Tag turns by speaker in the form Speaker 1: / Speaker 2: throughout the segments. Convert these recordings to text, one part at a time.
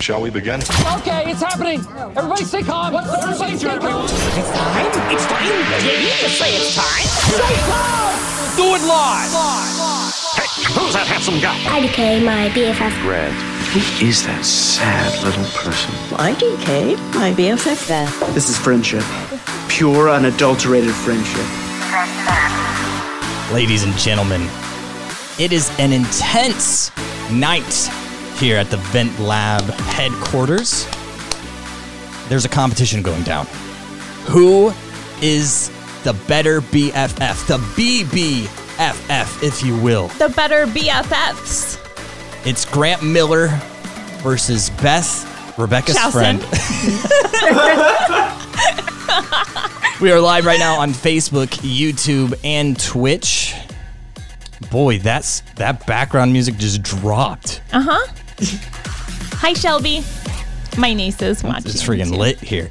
Speaker 1: Shall we begin?
Speaker 2: Okay, it's happening. Everybody stay calm. What's the procedure, everyone?
Speaker 3: It's time. It's time. Did you just say it's time?
Speaker 2: Stay calm. Do it live.
Speaker 3: Hey, who's that handsome guy?
Speaker 4: IDK, my BFF.
Speaker 5: Brad, who is that sad little person?
Speaker 6: IDK, my BFF.
Speaker 7: This is friendship. Pure, unadulterated friendship.
Speaker 8: Ladies and gentlemen, it is an intense night here at the Vent Lab headquarters. There's a competition going down. Who is the better BFF? The BBFF, if you will.
Speaker 9: the better BFFs.
Speaker 8: It's Grant Miller versus Beth, Rebecca's friend.
Speaker 9: Chowson.
Speaker 8: we are live right now on Facebook, YouTube, and Twitch. Boy, that's that background music just dropped.
Speaker 9: Hi, Shelby. My niece is watching.
Speaker 8: It's freaking
Speaker 9: too.
Speaker 8: lit here.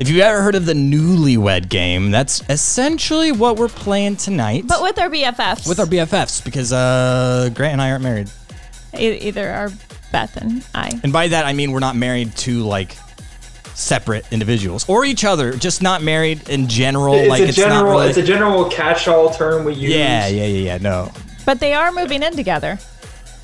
Speaker 8: If you've ever heard of the newlywed game, that's essentially what we're playing tonight.
Speaker 9: But with our BFFs,
Speaker 8: with our BFFs, because uh, Grant and I aren't married.
Speaker 9: e- either our Beth and I.
Speaker 8: And by that, I mean we're not married to like separate individuals or each other, just not married in general.
Speaker 10: It's
Speaker 8: like
Speaker 10: a
Speaker 8: it's
Speaker 10: general.
Speaker 8: not really.
Speaker 10: It's a general catch-all term we use.
Speaker 8: yeah, yeah, yeah, yeah. No.
Speaker 9: But they are moving in together.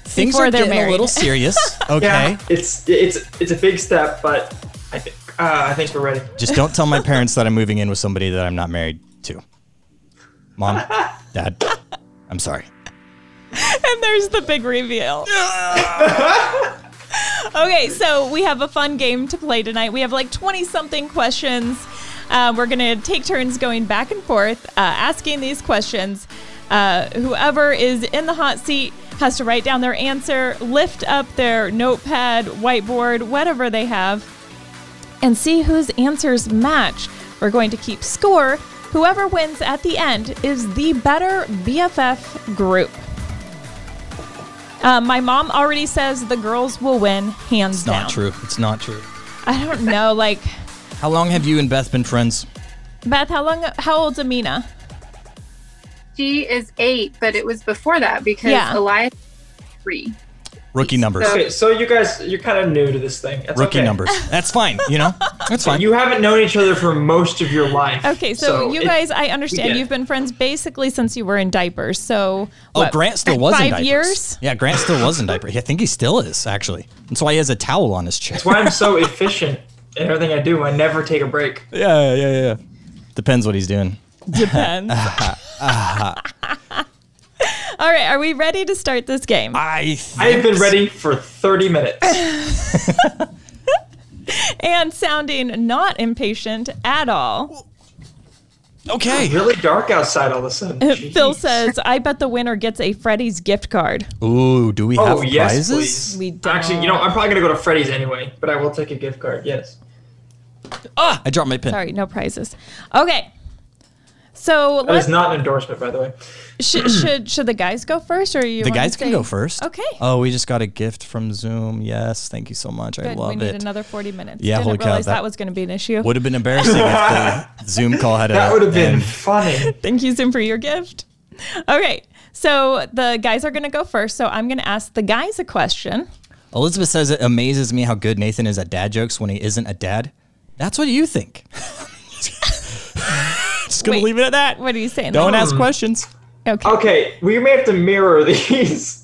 Speaker 8: Things
Speaker 9: Before
Speaker 8: are
Speaker 9: they're
Speaker 8: getting a
Speaker 9: married.
Speaker 8: little serious.
Speaker 10: Yeah,
Speaker 8: Okay.
Speaker 10: It's it's it's a big step, but I think uh, I think we're ready.
Speaker 8: Just don't tell my parents that I'm moving in with somebody that I'm not married to. Mom, Dad, I'm sorry.
Speaker 9: And there's the big reveal. okay, so we have a fun game to play tonight. We have like 20 something questions. Uh, we're going to take turns going back and forth, uh, asking these questions. Uh, whoever is in the hot seat has to write down their answer, lift up their notepad, whiteboard, whatever they have, and see whose answers match. We're going to keep score. Whoever wins at the end is the better BFF group. Uh, my mom already says the girls will win, hands
Speaker 8: It's
Speaker 9: down.
Speaker 8: not true. It's not true.
Speaker 9: I don't know. Like,
Speaker 8: How long have you and Beth been friends?
Speaker 9: Beth, how long? How old's Amina?
Speaker 11: She is eight, but it was before that because
Speaker 9: Yeah.
Speaker 11: Elias three.
Speaker 8: Rookie numbers.
Speaker 11: So-
Speaker 10: Okay, so you guys, you're kind of new to this thing. That's
Speaker 8: Rookie
Speaker 10: okay.
Speaker 8: numbers. That's fine. You know, that's fine.
Speaker 10: You haven't known each other for most of your life.
Speaker 9: Okay, so, you
Speaker 10: it-
Speaker 9: guys, I
Speaker 10: we
Speaker 9: understand
Speaker 10: get
Speaker 9: you've
Speaker 10: it.
Speaker 9: been friends basically since you were in diapers. So,
Speaker 8: Oh,
Speaker 9: what,
Speaker 8: Grant still was
Speaker 9: five
Speaker 8: in diapers.
Speaker 9: years.
Speaker 8: Yeah, Grant still was in diapers. I think he still is actually. That's why he has a towel on his chest.
Speaker 10: That's why I'm so efficient in everything I do. I never take a break.
Speaker 8: Yeah, yeah, yeah. Depends what he's doing.
Speaker 9: Depends. All right, are we ready to start this game?
Speaker 8: I think
Speaker 10: I have been ready for 30 minutes.
Speaker 9: and sounding not impatient at all,
Speaker 8: Okay.
Speaker 10: really dark outside all of a sudden. Jeez.
Speaker 9: Phil says, "I bet the winner gets a Freddy's gift card."
Speaker 8: Ooh, do we have
Speaker 10: Oh yes,
Speaker 8: prizes?
Speaker 10: please.
Speaker 9: We
Speaker 10: Actually, you know, I'm probably gonna go to Freddy's anyway, but I will take a gift card. Yes.
Speaker 8: Ah, I dropped my pen.
Speaker 9: Sorry, no prizes. Okay, so
Speaker 10: That
Speaker 9: let's
Speaker 10: is not an endorsement, by the way.
Speaker 9: should, should should the guys go first, or you?
Speaker 8: The
Speaker 9: wanna
Speaker 8: guys can
Speaker 9: say-
Speaker 8: go first.
Speaker 9: Okay.
Speaker 8: Oh, we just got a gift from Zoom. Yes, thank you so much. I
Speaker 9: Good.
Speaker 8: love
Speaker 9: we need
Speaker 8: it.
Speaker 9: another forty minutes.
Speaker 8: Yeah,
Speaker 9: Didn't
Speaker 8: holy cow,
Speaker 9: realize
Speaker 8: that-
Speaker 9: that, was going to be an issue.
Speaker 8: Would have been embarrassing if the Zoom call had a.
Speaker 10: That would have been
Speaker 8: and-
Speaker 10: funny.
Speaker 9: Thank you, Zoom, for your gift. Okay, so the guys are going to go first. So I'm going to ask the guys a question.
Speaker 8: Elizabeth says it amazes me how good Nathan is at dad jokes when he isn't a dad. That's what you think. just gonna
Speaker 9: Wait.
Speaker 8: leave it at that.
Speaker 9: What are you saying?
Speaker 8: Don't
Speaker 10: Um,
Speaker 9: Like,
Speaker 8: ask questions.
Speaker 9: Okay.
Speaker 10: Okay, we may have to mirror these.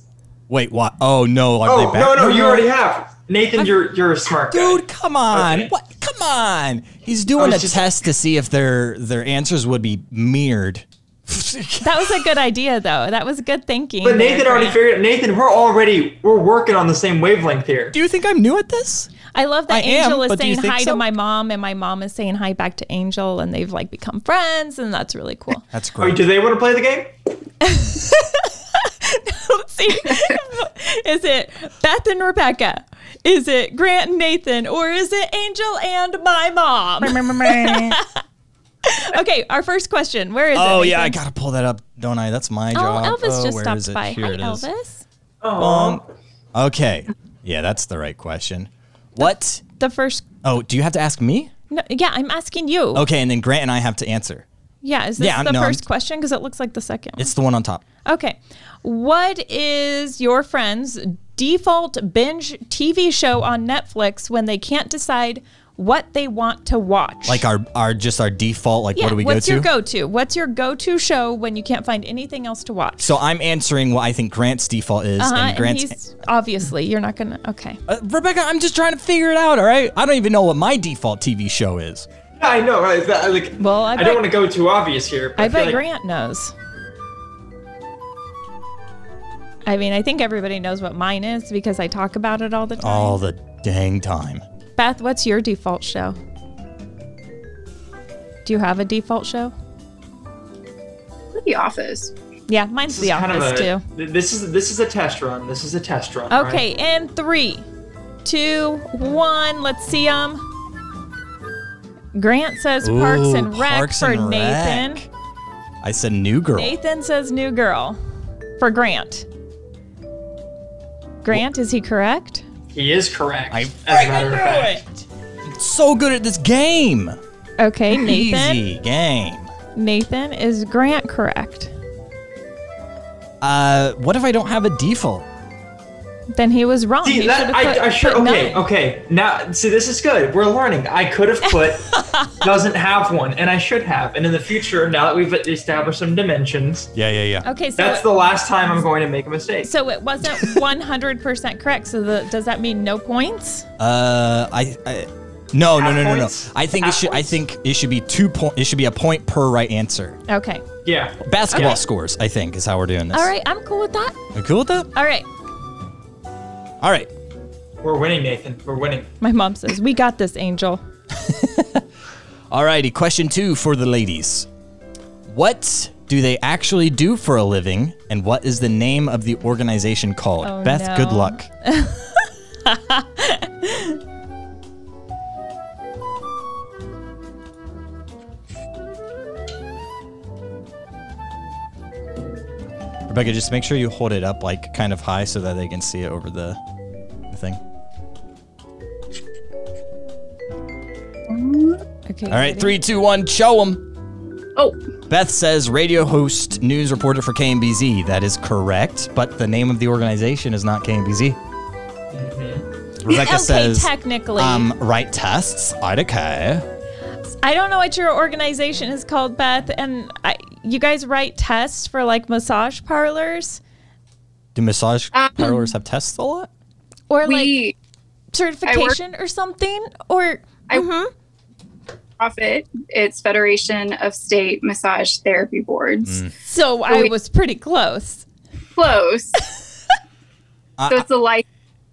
Speaker 8: Wait, what? Oh no, are
Speaker 10: Oh
Speaker 8: they
Speaker 10: no,
Speaker 8: back?
Speaker 10: no, you already have. Nathan, you're you're a smart guy.
Speaker 8: Dude, come on.
Speaker 10: Okay.
Speaker 8: What? Come on. He's doing
Speaker 10: was
Speaker 8: a
Speaker 10: just-
Speaker 8: test to see if their their answers would be mirrored.
Speaker 9: That was a good idea, though. That was good thinking.
Speaker 10: But
Speaker 9: there,
Speaker 10: Nathan already
Speaker 9: Grant.
Speaker 10: figured. Nathan, we're already we're working on the same wavelength here.
Speaker 8: Do you think I'm new at this?
Speaker 9: I love that
Speaker 8: I am,
Speaker 9: Angel is
Speaker 8: but do you
Speaker 9: saying
Speaker 8: think
Speaker 9: hi
Speaker 8: so?
Speaker 9: to my mom, and my mom is saying hi back to Angel, and they've like become friends, and that's really cool.
Speaker 8: That's great.
Speaker 10: Wait, do they want to play the game?
Speaker 9: Let's see. is it Beth and Rebecca? Is it Grant and Nathan? Or is it Angel and my mom? okay, our first question. Where is it?
Speaker 8: oh yeah, I
Speaker 9: Nathan?
Speaker 8: gotta pull that up, don't I? That's my job.
Speaker 9: Oh, Elvis
Speaker 8: Oh,
Speaker 9: just
Speaker 8: where is
Speaker 9: stopped
Speaker 8: it?
Speaker 9: by.
Speaker 8: Here
Speaker 9: Hi,
Speaker 8: it is.
Speaker 9: Elvis.
Speaker 10: Oh,
Speaker 8: Okay. Yeah, that's the right question. What?
Speaker 9: The first.
Speaker 8: Oh, do you have to ask me?
Speaker 9: No, yeah, I'm asking you.
Speaker 8: Okay, and then Grant and I have to answer.
Speaker 9: Yeah, is this
Speaker 8: Yeah,
Speaker 9: the
Speaker 8: no, I'm-
Speaker 9: first question? Because it looks like the second.
Speaker 8: It's the one on top.
Speaker 9: Okay. What is your friend's default binge TV show on Netflix when they can't decide what they want to watch.
Speaker 8: Like our our just our default. Like
Speaker 9: yeah,
Speaker 8: what do we
Speaker 9: what's
Speaker 8: go to?
Speaker 9: your go-to? What's your go-to show when you can't find anything else to watch?
Speaker 8: so I'm answering what I think Grant's default is,
Speaker 9: Uh-huh,
Speaker 8: and
Speaker 9: and
Speaker 8: Grant's
Speaker 9: he's obviously you're not gonna. Okay,
Speaker 8: Uh, Rebecca. I'm just trying to figure it out. All right, I don't even know what my default TV show is.
Speaker 10: Yeah, I know, right? Is that, like,
Speaker 9: Well, I
Speaker 10: I,
Speaker 9: bet-
Speaker 10: don't want to go too obvious here. But
Speaker 9: I
Speaker 10: feel
Speaker 9: bet
Speaker 10: like-
Speaker 9: Grant knows. I mean, I think everybody knows what mine is because I talk about it all the time.
Speaker 8: All the dang time.
Speaker 9: Beth, what's your default show? Do you have a default show?
Speaker 11: The Office.
Speaker 9: Yeah, mine's
Speaker 10: This is
Speaker 9: The
Speaker 10: kind of
Speaker 9: Office
Speaker 10: a-
Speaker 9: too.
Speaker 10: th- This is this is a test run. This is a test run. right?
Speaker 9: Okay, and three, two, one. Let's see them. Grant says Parks
Speaker 8: Ooh,
Speaker 9: and Rec
Speaker 8: Parks
Speaker 9: for
Speaker 8: and
Speaker 9: Nathan.
Speaker 8: Rec. I said New Girl.
Speaker 9: Nathan says New Girl for Grant. Grant, is he correct?
Speaker 10: He is correct.
Speaker 8: I
Speaker 10: as a matter of fact.
Speaker 8: So good at this game.
Speaker 9: Okay, Nathan.
Speaker 8: Easy game.
Speaker 9: Nathan, is Grant correct?
Speaker 8: Uh, what if I don't have a default?
Speaker 9: Then he was wrong.
Speaker 10: See,
Speaker 9: He
Speaker 10: that,
Speaker 9: should've
Speaker 10: I,
Speaker 9: put-
Speaker 10: I sure.
Speaker 9: put
Speaker 10: Okay,
Speaker 9: none.
Speaker 10: okay. Now, see, this is good. We're learning. I could have put doesn't have one, and I should have. And in the future, now that we've established some dimensions,
Speaker 8: Yeah, yeah, yeah.
Speaker 9: Okay, so
Speaker 10: that's
Speaker 9: it-
Speaker 10: the last time I'm going to make a mistake.
Speaker 9: So it wasn't 100% correct. So the, does that mean no points?
Speaker 8: Uh, I, I no, no,
Speaker 10: Half
Speaker 8: no, no, no.
Speaker 10: points?
Speaker 8: I think it
Speaker 10: Half
Speaker 8: should. I
Speaker 10: points?
Speaker 8: think it should be two point. It should be a point per right answer.
Speaker 9: Okay.
Speaker 10: yeah.
Speaker 8: Basketball
Speaker 10: Okay.
Speaker 8: scores, I think, is how we're doing this.
Speaker 9: All right. I'm cool with that.
Speaker 8: You cool with that?
Speaker 9: All right.
Speaker 8: All right.
Speaker 10: We're winning, Nathan. We're winning.
Speaker 9: My mom says, We got this, Angel.
Speaker 8: All righty. Question two for the ladies. What do they actually do for a living, and what is the name of the organization called?
Speaker 9: Oh,
Speaker 8: Beth, good
Speaker 9: no.
Speaker 8: luck. Rebecca, just make sure you hold it up like kind of high so that they can see it over the, the thing.
Speaker 9: Okay.
Speaker 8: All right, three, two, one, show them.
Speaker 11: Oh,
Speaker 8: Beth says radio host, news reporter for KMBZ. That is correct, but the name of the organization is not KMBZ. Rebecca
Speaker 9: Okay,
Speaker 8: says,
Speaker 9: technically.
Speaker 8: um, write tests. I'd okay.
Speaker 9: I don't know what your organization is called, Beth. And I, you guys write tests for like massage parlors
Speaker 8: Do massage
Speaker 9: Um,
Speaker 8: parlors have tests a lot?
Speaker 9: or like
Speaker 11: we
Speaker 9: certification or something? Or
Speaker 11: I- Mm-hmm. profit. It's Federation of State Massage Therapy Boards.
Speaker 9: so I
Speaker 11: we-
Speaker 9: was pretty close.
Speaker 11: Close.
Speaker 8: I-
Speaker 11: so it's a license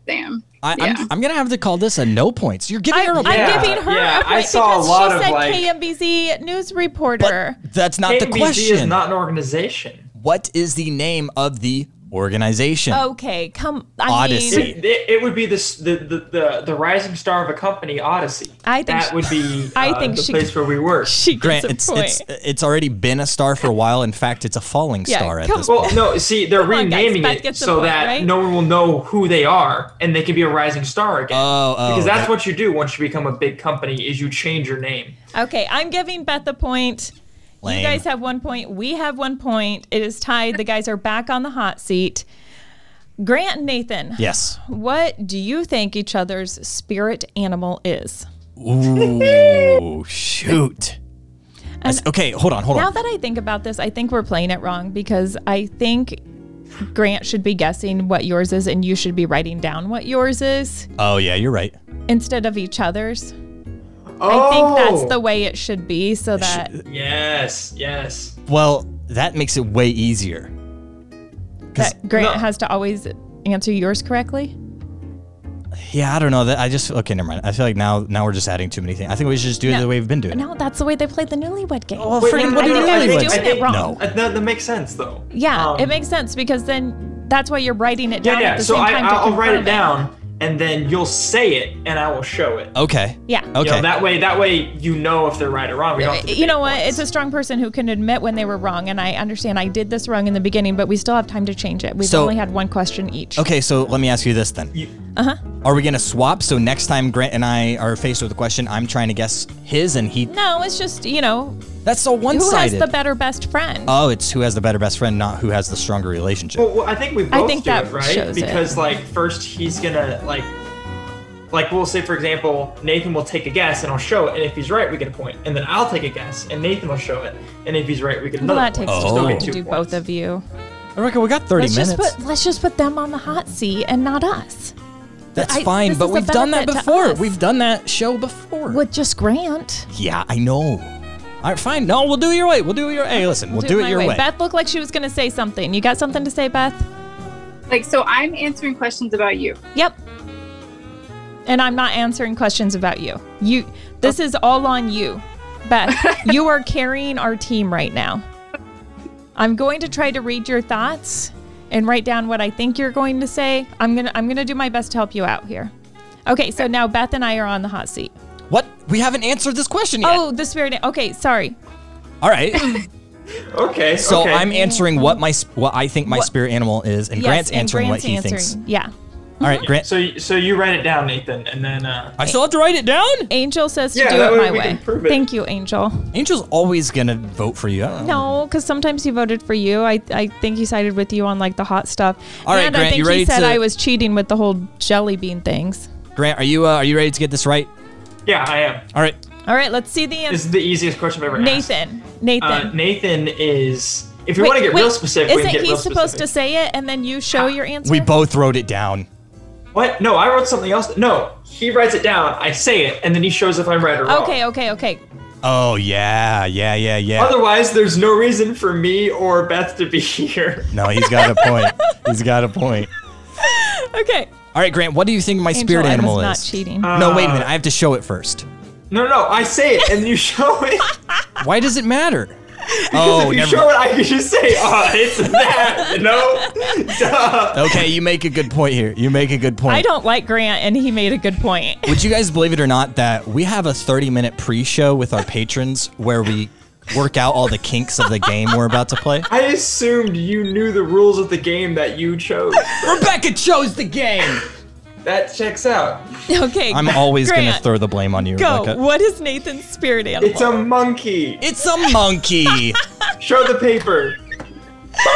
Speaker 11: exam.
Speaker 8: I,
Speaker 11: Yeah.
Speaker 8: I'm, I'm gonna have to call this a no points. You're giving
Speaker 9: I,
Speaker 8: her a
Speaker 9: I'm
Speaker 8: point.
Speaker 10: Yeah,
Speaker 9: giving her
Speaker 10: yeah,
Speaker 9: a
Speaker 10: I
Speaker 9: point
Speaker 10: saw a
Speaker 9: because
Speaker 10: lot of,
Speaker 9: she said
Speaker 10: like-
Speaker 9: KMBZ news
Speaker 8: But
Speaker 9: reporter.
Speaker 8: that's not the
Speaker 10: KMBZ
Speaker 8: question.
Speaker 10: is not an organization.
Speaker 8: what is the name of the organization?
Speaker 9: Okay, come. I
Speaker 8: Odyssey.
Speaker 9: Mean,
Speaker 10: It, it- it would be this, the, the the the rising star of a company, Odyssey.
Speaker 9: I think
Speaker 10: that
Speaker 9: she-
Speaker 10: would be.
Speaker 9: I
Speaker 10: uh,
Speaker 9: think
Speaker 10: the
Speaker 9: she-
Speaker 10: place where we work.
Speaker 9: she gets
Speaker 8: Grant,
Speaker 9: a
Speaker 8: it's
Speaker 9: point.
Speaker 8: it's it's already been a star for a while. In fact, it's a falling
Speaker 9: Yeah,
Speaker 8: star at
Speaker 9: come-
Speaker 8: this point.
Speaker 10: Well, no, see, they're
Speaker 9: Come on, guys,
Speaker 10: renaming
Speaker 9: Beth
Speaker 10: it
Speaker 9: gets the
Speaker 10: so
Speaker 9: point,
Speaker 10: that
Speaker 9: right?
Speaker 10: no one will know who they are, and they can be a rising star again.
Speaker 9: Uh,
Speaker 8: Oh, oh,
Speaker 10: because that's
Speaker 8: that-
Speaker 10: what you do once you become a big company: is you change your name.
Speaker 9: okay, I'm giving Beth a point.
Speaker 8: Lame.
Speaker 9: You guys have one point. We have one point. It is tied. The guys are back on the hot seat. Grant and Nathan,
Speaker 8: yes.
Speaker 9: what do you think each other's spirit animal is?
Speaker 8: Ooh, shoot. That's- okay, hold on, hold
Speaker 9: Um, Now
Speaker 8: on.
Speaker 9: that I think about this, I think we're playing it wrong because I think Grant should be guessing what yours is and you should be writing down what yours is
Speaker 8: Oh yeah, you're right.
Speaker 9: instead of each other's.
Speaker 10: Oh, uh,
Speaker 9: I think that's the way it should be so that
Speaker 10: Yes, yes.
Speaker 8: Well, that makes it way easier. 'Cause-
Speaker 9: that Grant
Speaker 10: No.
Speaker 9: has to always answer yours correctly.
Speaker 8: yeah, I don't know. That I just okay, never mind. I feel like now now we're just adding too many things. I think we should just do it
Speaker 9: No.
Speaker 8: the way we've been doing. it.
Speaker 9: No, that's the way they played the newlywed game.
Speaker 8: Well,
Speaker 10: Wait,
Speaker 8: friggin'
Speaker 10: no,
Speaker 8: Oh, what
Speaker 10: I
Speaker 8: do
Speaker 10: think-
Speaker 8: you
Speaker 10: I
Speaker 8: mean
Speaker 10: think-
Speaker 8: we're
Speaker 10: I
Speaker 8: doing
Speaker 10: think-
Speaker 8: it wrong? No.
Speaker 10: Uh, That, that makes sense, though.
Speaker 9: yeah,
Speaker 10: Um,
Speaker 9: it makes sense because then that's why you're writing it down.
Speaker 10: Yeah,
Speaker 9: at
Speaker 10: yeah.
Speaker 9: the
Speaker 10: So
Speaker 9: same
Speaker 10: I,
Speaker 9: time to
Speaker 10: I'll write
Speaker 9: confirm
Speaker 10: it down, and then you'll say it, and I will show it.
Speaker 8: Okay.
Speaker 9: Yeah. Uh,
Speaker 8: Okay.
Speaker 10: You know, that way, that way, you know if they're right or wrong. We don't have to
Speaker 9: You
Speaker 10: debate
Speaker 9: know what?
Speaker 10: points.
Speaker 9: It's a strong person who can admit when they were wrong, and I understand I did this wrong in the beginning, but we still have time to change it. We've
Speaker 8: So-
Speaker 9: only had one question each.
Speaker 8: okay, so let me ask you this then.
Speaker 10: You-
Speaker 9: Uh-huh.
Speaker 8: uh huh. Are we gonna swap? So next time Grant and I are faced with a question, I'm trying to guess his and he.
Speaker 9: No, it's just, you know,
Speaker 8: That's so
Speaker 9: who has
Speaker 8: one-sided.
Speaker 9: the better best friend?
Speaker 8: oh, it's who has the better best friend, not who has the stronger relationship.
Speaker 10: Well, well, I think we both
Speaker 9: think
Speaker 10: do
Speaker 9: that
Speaker 10: it, right?
Speaker 9: shows it.
Speaker 10: because like first he's gonna like, like we'll say for example Nathan will take a guess and I'll show it, and if he's right we get a point, and then I'll take a guess and Nathan will show it, and if he's right we get
Speaker 9: well,
Speaker 10: another.
Speaker 9: that
Speaker 10: point.
Speaker 9: takes
Speaker 10: So
Speaker 9: too
Speaker 10: still
Speaker 9: long
Speaker 10: get
Speaker 9: to
Speaker 10: two
Speaker 9: do
Speaker 10: points.
Speaker 9: both of you.
Speaker 8: I reckon we got 30
Speaker 9: Let's
Speaker 8: Oh. minutes.
Speaker 9: just put let's just put them on the hot seat and not us.
Speaker 8: That's
Speaker 9: I-
Speaker 8: fine,
Speaker 9: this
Speaker 8: but
Speaker 9: is a
Speaker 8: we've done that
Speaker 9: benefit to
Speaker 8: before.
Speaker 9: us.
Speaker 8: We've done that show before.
Speaker 9: With just Grant.
Speaker 8: Yeah, I know. All right, fine. No, we'll do it your way. We'll do it your Hey, listen, we'll, do, it
Speaker 9: my
Speaker 8: your way.
Speaker 9: Beth looked like she was gonna say something. You got something to say, Beth?
Speaker 11: Like, so I'm answering questions about you.
Speaker 9: Yep. And I'm not answering questions about you. You
Speaker 8: Oh.
Speaker 9: this is all on you. Beth, you are carrying our team right now. I'm going to try to read your thoughts and write down what I think you're going to say. I'm going to I'm going to do my best to help you out here. Okay, so now Beth and I are on the hot seat.
Speaker 8: What? We haven't answered this question yet.
Speaker 9: Oh, the spirit. Okay, sorry.
Speaker 8: All right.
Speaker 10: Okay,
Speaker 8: So
Speaker 10: okay.
Speaker 8: I'm answering what my sp- what I think my spirit animal is, and
Speaker 9: Yes,
Speaker 8: Grant's
Speaker 9: and
Speaker 8: answering
Speaker 9: Grant's
Speaker 8: what he
Speaker 9: answering. Mm-hmm.
Speaker 8: thinks.
Speaker 9: Yeah.
Speaker 8: All right, Grant.
Speaker 10: So y- so you write it down, Nathan, and then uh,
Speaker 8: I still have to write it down.
Speaker 9: Angel says to
Speaker 10: Yeah,
Speaker 9: do
Speaker 10: that
Speaker 9: it
Speaker 10: way
Speaker 9: my
Speaker 10: we
Speaker 9: way.
Speaker 10: can prove it.
Speaker 9: Thank you, Angel.
Speaker 8: Angel's always gonna vote for you. I don't know.
Speaker 9: No, because sometimes he voted for you. I, I think he sided with you on like the hot stuff.
Speaker 8: All right,
Speaker 9: and
Speaker 8: Grant,
Speaker 9: I think
Speaker 8: you ready
Speaker 9: he said
Speaker 8: to-
Speaker 9: I was cheating with the whole jelly bean things.
Speaker 8: Grant, are you uh, are you ready to get this right?
Speaker 10: yeah I am.
Speaker 8: All right.
Speaker 9: All right, let's see the
Speaker 10: This
Speaker 9: answer.
Speaker 10: is the easiest question I've ever asked.
Speaker 9: Nathan. Nathan.
Speaker 10: Uh, Nathan is. If you want to get real specific, we
Speaker 9: isn't
Speaker 10: can get
Speaker 9: he
Speaker 10: real
Speaker 9: supposed
Speaker 10: specific.
Speaker 9: to say it and then you show your answer?
Speaker 8: We both wrote it down.
Speaker 10: What? No, I wrote something else. No, he writes it down. I say it, and then he shows if I'm right or wrong.
Speaker 9: Okay, okay, okay.
Speaker 8: Oh yeah, yeah, yeah, yeah.
Speaker 10: Otherwise, there's no reason for me or Beth to be here.
Speaker 8: no, he's got a point. he's got a point.
Speaker 9: Okay.
Speaker 8: All right, Grant. What do you think my
Speaker 9: Angel,
Speaker 8: spirit animal
Speaker 9: I was
Speaker 8: is?
Speaker 9: not cheating.
Speaker 10: Uh,
Speaker 8: No, wait a minute. I have to show it first.
Speaker 10: No, no, I say it, and you show it.
Speaker 8: Why does it matter? Oh,
Speaker 10: if you
Speaker 8: never.
Speaker 10: show it, I can just say, "Ah, it's that." You know? Duh.
Speaker 8: Okay, you make a good point here. You make a good point.
Speaker 9: I don't like Grant and he made a good point.
Speaker 8: Would you guys believe it or not that we have a 30 minute pre show with our patrons where we work out all the kinks of the game we're about to play?
Speaker 10: I assumed you knew the rules of the game that you chose.
Speaker 8: Rebecca chose the game!
Speaker 10: That checks out.
Speaker 9: Okay.
Speaker 8: I'm always going to
Speaker 9: Grant,
Speaker 8: throw the blame on you,
Speaker 9: Go.
Speaker 8: Rebecca.
Speaker 9: What is Nathan's spirit animal?
Speaker 10: It's a monkey.
Speaker 8: It's a monkey!
Speaker 10: Show the paper.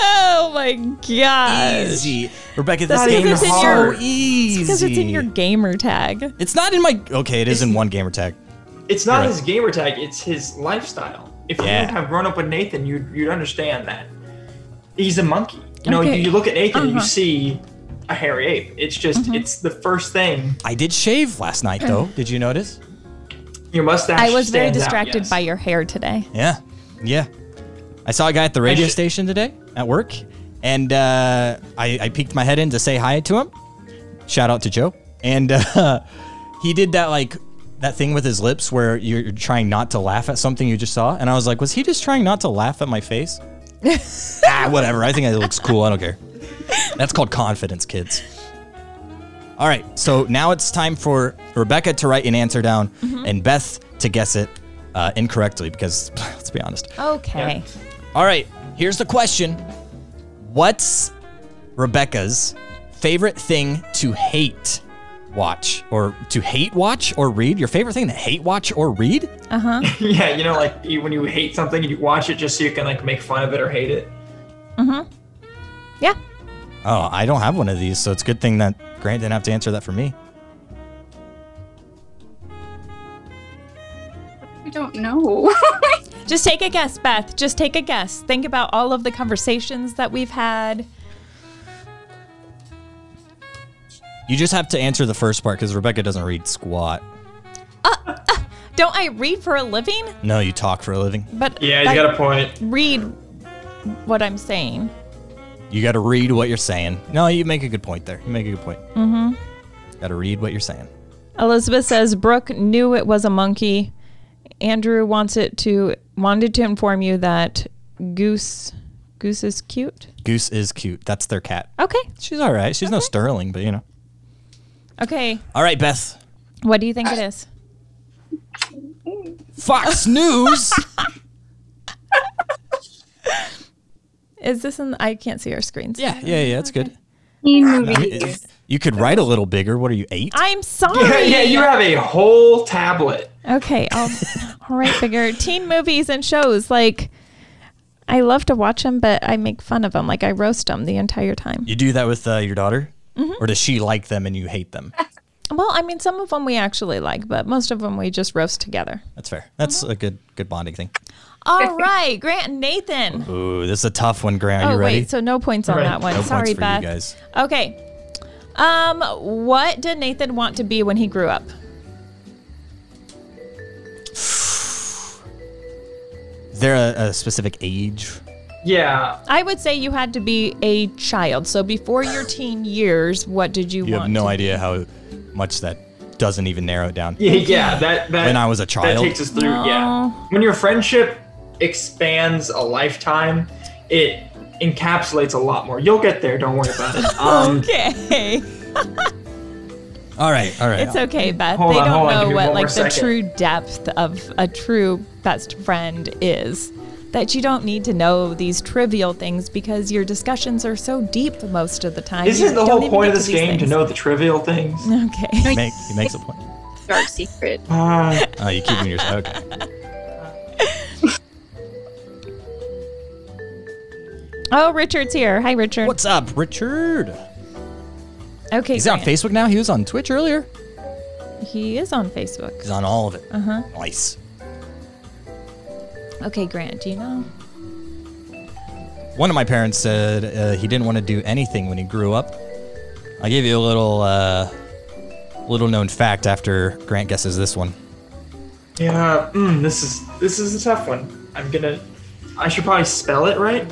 Speaker 9: oh my gosh.
Speaker 8: easy. Rebecca, this
Speaker 9: That's
Speaker 8: game
Speaker 9: because
Speaker 8: is
Speaker 9: it's in
Speaker 8: so
Speaker 9: your-
Speaker 8: easy.
Speaker 9: Because it's in your gamer tag.
Speaker 8: It's not in my. Okay, it is in one gamer tag.
Speaker 10: It's not
Speaker 8: Right.
Speaker 10: his gamer tag, it's his lifestyle. If
Speaker 8: Yeah.
Speaker 10: you would have grown up with Nathan, you'd, you'd understand that. He's a monkey. You know,
Speaker 9: Okay. Uh-huh.
Speaker 10: you look at Nathan and you see a hairy ape. It's just, it's the first thing
Speaker 8: I did shave last night, though. Did you notice?
Speaker 10: your mustache
Speaker 9: I was very
Speaker 10: stands out,
Speaker 9: distracted
Speaker 10: yes.
Speaker 9: by your hair today.
Speaker 8: Yeah. Yeah. I saw a guy at the radio
Speaker 10: should-
Speaker 8: station today at work, and uh, I, I peeked my head in to say hi to him. Shout out to Joe. And uh, he did that, like, that thing with his lips where you're you're trying not to laugh at something you just saw. And I was like, was he just trying not to laugh at my face? ah, whatever. I think it looks cool. I don't care. That's called confidence, kids. All right. So now it's time for Rebecca to write an answer down and Beth to guess it uh, incorrectly because let's be honest.
Speaker 9: Okay.
Speaker 8: All right, here's the question. What's Rebecca's favorite thing to hate watch or to hate watch or read? Your favorite thing to hate watch or read?
Speaker 10: Yeah, you know, like you, when you hate something and you watch it just so you can, like, make fun of it or hate it.
Speaker 9: Yeah.
Speaker 8: Oh, I don't have one of these, so it's a good thing that Grant didn't have to answer that for me.
Speaker 11: I don't know.
Speaker 9: Just take a guess, Beth. Just take a guess. Think about all of the conversations that we've had.
Speaker 8: You just have to answer the first part because Rebecca doesn't read squat.
Speaker 9: Don't I read for a living?
Speaker 8: No, you talk for a living.
Speaker 9: But
Speaker 10: Yeah,
Speaker 9: I
Speaker 10: you got a point.
Speaker 9: read what I'm saying.
Speaker 8: You got to read what you're saying. No, you make a good point there. You make a good point. Mm-hmm. Got to read what you're saying.
Speaker 9: Elizabeth says Brooke knew it was a monkey. Andrew wants it to wanted to inform you that Goose Goose is cute.
Speaker 8: Goose is cute. That's their cat.
Speaker 9: Okay.
Speaker 8: She's all right. She's no Sterling, but you know.
Speaker 9: Okay.
Speaker 8: All right, Beth.
Speaker 9: What do you think it is?
Speaker 8: Fox News.
Speaker 9: Is this in I can't see our screens.
Speaker 8: yeah, yeah, yeah. That's good.
Speaker 11: Teen
Speaker 8: I mean,
Speaker 11: movies.
Speaker 8: you could write a little bigger. What are you, eight?
Speaker 9: I'm
Speaker 10: Yeah,
Speaker 9: sorry.
Speaker 10: yeah, you have a whole tablet.
Speaker 9: Okay. I'll, all right, bigger teen movies and shows. Like, I love to watch them, but I make fun of them. Like, I roast them the entire time.
Speaker 8: You do that with uh, your daughter?
Speaker 9: Mm-hmm.
Speaker 8: Or does she like them and you hate them?
Speaker 9: Well, I mean, some of them we actually like, but most of them we just roast together.
Speaker 8: That's fair. That's
Speaker 9: Mm-hmm.
Speaker 8: a good good bonding thing.
Speaker 9: All right, Grant and Nathan.
Speaker 8: Ooh, this is a tough one, Grant. Are
Speaker 9: oh
Speaker 8: you ready?
Speaker 9: wait, so no points on
Speaker 10: Right.
Speaker 9: that one.
Speaker 8: no points
Speaker 9: Sorry,
Speaker 8: for
Speaker 9: Beth.
Speaker 8: you guys.
Speaker 9: Okay. Um, what did Nathan want to be when he grew up?
Speaker 8: Is there a, a specific age?
Speaker 10: Yeah,
Speaker 9: I would say you had to be a child. So before your teen years, what did you,
Speaker 8: You
Speaker 9: want?
Speaker 8: have no
Speaker 9: to-
Speaker 8: idea how much that doesn't even narrow it down.
Speaker 10: yeah, yeah. That that
Speaker 8: When I was a
Speaker 10: that
Speaker 8: child?
Speaker 10: takes us through. Yeah, when your friendship expands a lifetime, it encapsulates a lot more. You'll get there. Don't worry about it. Um,
Speaker 9: Okay.
Speaker 8: All right, all right.
Speaker 9: It's okay, Beth.
Speaker 10: Hold
Speaker 9: they
Speaker 10: on,
Speaker 9: don't
Speaker 10: hold on, give
Speaker 9: know
Speaker 10: me
Speaker 9: what
Speaker 10: one more
Speaker 9: like the
Speaker 10: second.
Speaker 9: true depth of a true best friend is. That you don't need to know these trivial things because your discussions are so deep most of the time. You
Speaker 10: Isn't the
Speaker 9: don't
Speaker 10: whole
Speaker 9: even
Speaker 10: point of
Speaker 9: get
Speaker 10: this
Speaker 9: these
Speaker 10: game to
Speaker 9: things.
Speaker 10: know the trivial things?
Speaker 9: Okay.
Speaker 8: Make, he makes a point.
Speaker 11: Dark Secret.
Speaker 10: Uh,
Speaker 8: Oh, you keep doing yours. Okay.
Speaker 9: Oh, Richard's here. Hi, Richard.
Speaker 8: What's up, Richard?
Speaker 9: okay,
Speaker 8: He's on
Speaker 9: Grant.
Speaker 8: Facebook now. He was on Twitch earlier.
Speaker 9: He is on Facebook.
Speaker 8: He's on all of it. Uh-huh. Nice.
Speaker 9: Okay, Grant. Do you know?
Speaker 8: One of my parents said uh, he didn't want to do anything when he grew up. I give you a little, uh, little known fact after Grant guesses this one.
Speaker 10: yeah, mm, this is this is a tough one. I'm gonna. I should probably spell it right.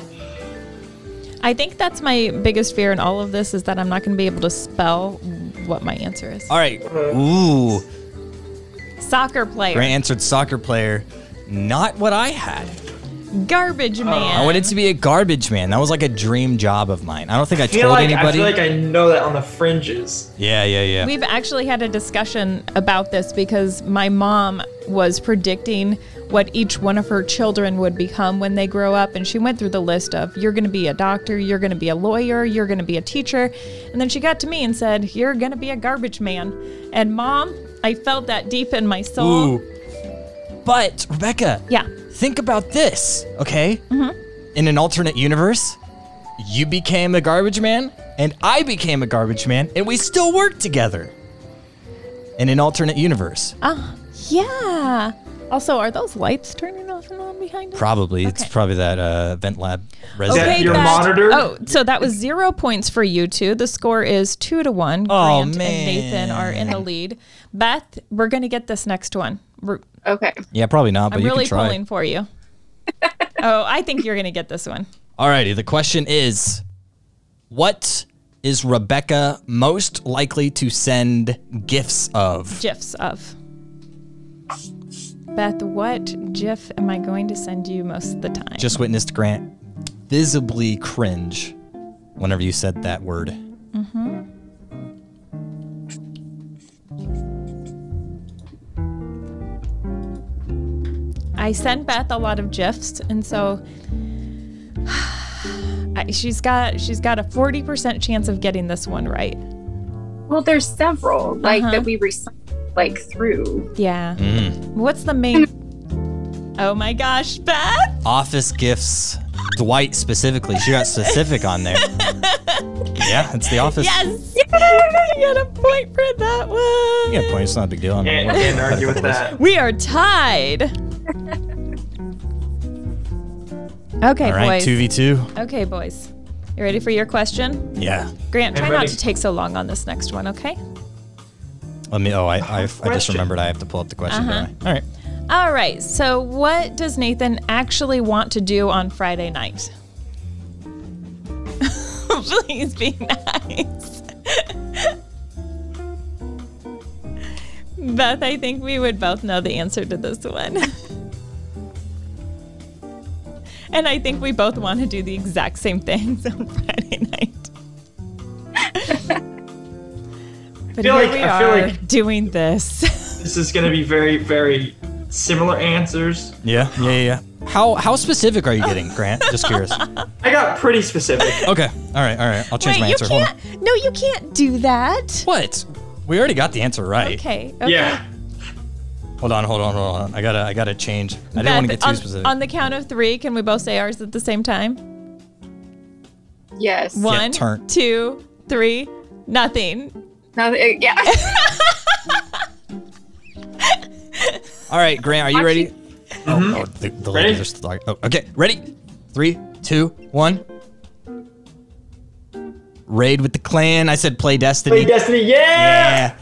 Speaker 9: I think that's my biggest fear in all of this is that I'm not going to be able to spell what my answer is.
Speaker 8: All right. Ooh.
Speaker 9: Soccer player.
Speaker 8: Grant answered soccer player. Not what I had.
Speaker 9: Garbage man.
Speaker 8: I wanted to be a garbage man. That was like a dream job of mine. I don't think I
Speaker 10: I feel
Speaker 8: told
Speaker 10: like I
Speaker 8: anybody.
Speaker 10: feel like I know that on the fringes.
Speaker 8: yeah, yeah, yeah.
Speaker 9: We've actually had a discussion about this because my mom was predicting what each one of her children would become when they grow up. And she went through the list of, you're going to be a doctor, you're going to be a lawyer, you're going to be a teacher. And then she got to me and said, you're going to be a garbage man. And mom, I felt that deep in my soul.
Speaker 8: Ooh. But Rebecca,
Speaker 9: Yeah.
Speaker 8: think about this, okay?
Speaker 9: Mm-hmm.
Speaker 8: In an alternate universe, you became a garbage man, and I became a garbage man, and we still work together. In an alternate universe,
Speaker 9: Ah, Yeah. Also, are those lights turning off and on behind us?
Speaker 8: probably it's
Speaker 9: okay.
Speaker 8: probably that uh, vent lab resident.
Speaker 10: that your
Speaker 9: Beth.
Speaker 10: monitor?
Speaker 9: Oh, so that was zero points for you two. The score is two to one.
Speaker 8: Oh,
Speaker 9: Grant and Nathan are in the
Speaker 8: man.
Speaker 9: lead. Beth, we're gonna get this next one. We're,
Speaker 11: Okay.
Speaker 8: Yeah, probably not, but
Speaker 9: I'm
Speaker 8: you
Speaker 9: really
Speaker 8: can try.
Speaker 9: pulling for you. oh, I think you're gonna get this one.
Speaker 8: Alrighty, the question is, what is Rebecca most likely to send gifts of?
Speaker 9: GIFs of. Beth, what GIF am I going to send you most of the time?
Speaker 8: just witnessed Grant visibly cringe whenever you said that word.
Speaker 9: I send Beth a lot of gifs, and so I- she's got she's got a forty percent chance of getting this one right.
Speaker 11: Well, there's several like that we recycle like through.
Speaker 9: Yeah. Mm. What's the main? Oh my gosh, Beth!
Speaker 8: Office gifts, Dwight specifically. She got specific on there. yeah, it's the office.
Speaker 9: Yes, you got a point for that one.
Speaker 8: Yeah, point. It's not a big deal. I'm not
Speaker 10: Can't,
Speaker 8: worried
Speaker 10: can't
Speaker 8: about
Speaker 10: argue
Speaker 8: it.
Speaker 10: with that.
Speaker 9: We are tied. okay,
Speaker 8: All right,
Speaker 9: boys.
Speaker 8: two v two.
Speaker 9: okay, boys. You ready for your question,
Speaker 8: Yeah.
Speaker 9: Grant?
Speaker 10: I'm
Speaker 9: Try not
Speaker 10: ready.
Speaker 9: to take so long on this next one, okay?
Speaker 8: Let me. Oh, I, I, I just
Speaker 10: Question.
Speaker 8: remembered I have to pull up the question. Don't I?
Speaker 9: Uh-huh.
Speaker 8: All right.
Speaker 9: All right. So, what does Nathan actually want to do on Friday night? Please be nice. Beth, I think we would both know the answer to this one. and I think we both want to do the exact same things on Friday night. but here
Speaker 10: feel like-
Speaker 9: we
Speaker 10: I feel
Speaker 9: are
Speaker 10: like-
Speaker 9: doing this.
Speaker 10: This is gonna be very very similar answers.
Speaker 8: Yeah. Yeah. Yeah. yeah. How how specific are you getting, Grant? Just curious.
Speaker 10: I got pretty specific.
Speaker 8: Okay. All right. All right. I'll change
Speaker 9: Wait,
Speaker 8: my
Speaker 9: you
Speaker 8: answer. Hold on.
Speaker 9: can't. No, you can't do that.
Speaker 8: What? We already got the answer right.
Speaker 9: Okay. okay.
Speaker 10: Yeah.
Speaker 8: Hold on. Hold on. Hold on. I gotta. I gotta change. I didn't want to
Speaker 9: Beth,
Speaker 8: get too
Speaker 9: on,
Speaker 8: specific.
Speaker 9: On the count of three, can we both say ours at the same time?
Speaker 11: Yes.
Speaker 9: One,
Speaker 8: turn.
Speaker 9: two, three, nothing.
Speaker 11: No, it- uh, yeah.
Speaker 8: All right, Grant. Are you ready? Oh, oh, the, the
Speaker 10: Mm-hmm. Ready?
Speaker 8: ladies are still talking. Oh, okay. Ready? Three, two, one. Raid with the clan. I said play Destiny.
Speaker 10: Play Destiny, yeah!
Speaker 8: Yeah.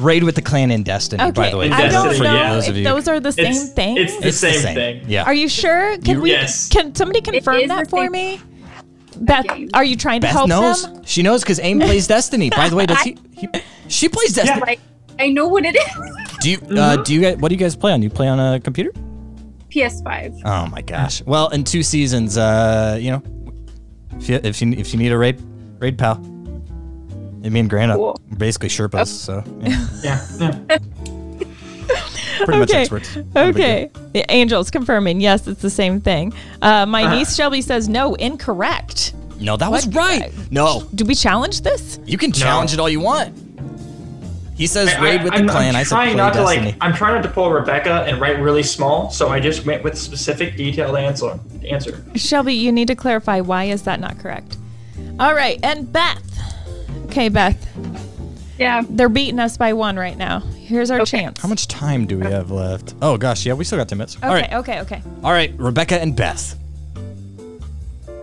Speaker 8: Raid with the clan in Destiny.
Speaker 9: Okay.
Speaker 8: By the way,
Speaker 10: In
Speaker 9: I don't
Speaker 10: Destiny,
Speaker 9: know
Speaker 10: yeah.
Speaker 8: those
Speaker 9: if
Speaker 8: of you-
Speaker 9: those are the same
Speaker 10: It's-
Speaker 9: thing.
Speaker 10: It's the, same, thing.
Speaker 8: Yeah.
Speaker 9: are you sure? Can
Speaker 8: You-
Speaker 9: we?
Speaker 10: Yes.
Speaker 9: Can somebody confirm
Speaker 11: is
Speaker 9: that
Speaker 11: the
Speaker 9: for
Speaker 11: same
Speaker 9: me? Beth,
Speaker 11: game.
Speaker 9: are you trying to
Speaker 8: Beth
Speaker 9: help
Speaker 8: knows.
Speaker 9: them?
Speaker 8: She knows because Aim plays Destiny. By the way, does he? he she plays Destiny.
Speaker 11: like, I know what it is.
Speaker 8: Do you?
Speaker 10: Mm-hmm.
Speaker 8: Uh, do you guys? What do you guys play on? You play on a computer?
Speaker 11: PS5.
Speaker 8: Oh my gosh. Well, in two seasons, uh, you know, if you if you, if you need a raid, raid pal. And me and Grant are
Speaker 11: Cool.
Speaker 8: basically Sherpas, so yeah,
Speaker 10: Yeah. yeah.
Speaker 8: pretty much
Speaker 9: Okay.
Speaker 8: experts. No big
Speaker 9: Okay. The angels confirming. Yes, it's the same thing. Uh, my
Speaker 10: Uh-huh.
Speaker 9: niece Shelby says no. Incorrect.
Speaker 8: deal. No, that was
Speaker 9: What?
Speaker 8: right. No,
Speaker 9: Do we challenge this?
Speaker 8: you can challenge it all you want. He says
Speaker 10: I-
Speaker 8: raid with
Speaker 10: I'm-
Speaker 8: the clan.
Speaker 10: I'm
Speaker 8: I said
Speaker 10: trying
Speaker 8: play
Speaker 10: not
Speaker 8: Destiny.
Speaker 10: to like. I'm trying not to pull Rebecca and write really small, so I just went with specific, detailed answer. Answer.
Speaker 9: Shelby, you need to clarify why is that not correct? All right, and Beth. Okay, Beth.
Speaker 11: Yeah.
Speaker 9: They're beating us by one right now. Here's our
Speaker 11: Okay.
Speaker 9: chance.
Speaker 8: How much time do we have left? Oh gosh, yeah, we still got ten minutes.
Speaker 9: Okay,
Speaker 8: all right,
Speaker 9: okay, okay.
Speaker 8: all right, Rebecca and Beth.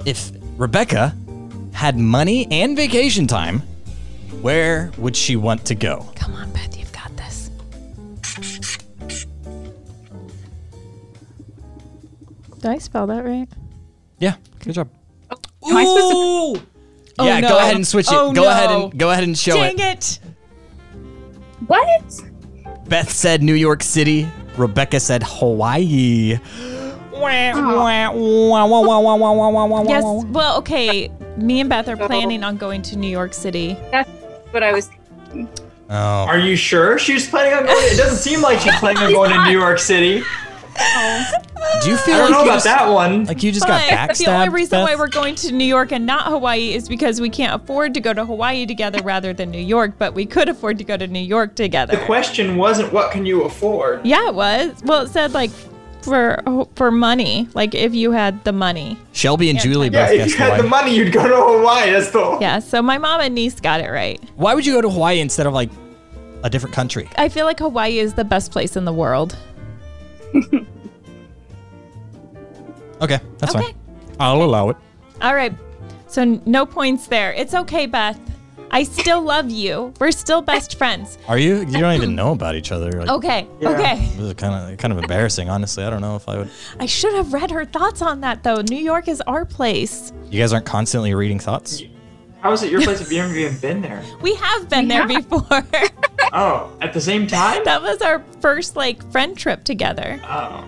Speaker 8: If Rebecca had money and vacation time, where would she want to go?
Speaker 9: Come on, Beth, you've got this. Did I spell that right?
Speaker 8: Yeah, good job.
Speaker 11: Oh, Am I supposed to?
Speaker 9: Oh,
Speaker 8: yeah,
Speaker 9: no.
Speaker 8: go ahead and switch it.
Speaker 9: Oh,
Speaker 8: go ahead
Speaker 9: no.
Speaker 8: and go ahead and show it.
Speaker 9: Dang it.
Speaker 11: What?
Speaker 8: Beth said New York City. Rebecca said Hawaii. Oh.
Speaker 9: Yes. Well, okay. Me and Beth are planning on going to New York City.
Speaker 11: That's what I was.
Speaker 8: Oh,
Speaker 10: Are you sure she was planning on going? It doesn't seem like she's planning on going to New York City.
Speaker 8: do you feel
Speaker 10: I don't
Speaker 8: like
Speaker 10: know
Speaker 8: you
Speaker 10: about
Speaker 8: just,
Speaker 10: that one.
Speaker 8: Like you just got
Speaker 9: But
Speaker 8: backstabbed?
Speaker 9: the only reason why
Speaker 8: Beth?
Speaker 9: we're going to New York and not Hawaii is because we can't afford to go to Hawaii together rather than New York, but we could afford to go to New York together.
Speaker 10: The question wasn't what can you afford.
Speaker 9: yeah, it was. Well, it said like for for money, like if you had the money.
Speaker 8: Shelby and Julie
Speaker 10: Yeah,
Speaker 8: both
Speaker 10: if you
Speaker 8: guessed
Speaker 10: had
Speaker 8: Hawaii.
Speaker 10: the money, you'd go to Hawaii. That's the
Speaker 9: Yeah, so my mom and niece got it right.
Speaker 8: why would you go to Hawaii instead of like a different country?
Speaker 9: I feel like Hawaii is the best place in the world.
Speaker 8: Okay, that's
Speaker 9: Okay.
Speaker 8: fine. I'll allow it.
Speaker 9: All right. So n- no points there. It's okay, Beth. I still love you. We're still best friends.
Speaker 8: Are you? You don't even know about each other. Like,
Speaker 9: Okay. Okay.
Speaker 8: This is kind of kind of embarrassing, honestly. I don't know if I would.
Speaker 9: I should have read her thoughts on that though. New York is our place.
Speaker 8: You guys aren't constantly reading thoughts.
Speaker 10: How is it your place if you haven't even been there?
Speaker 9: We have been there before.
Speaker 10: Oh, at the same time?
Speaker 9: that was our first like friend trip together.
Speaker 10: Oh.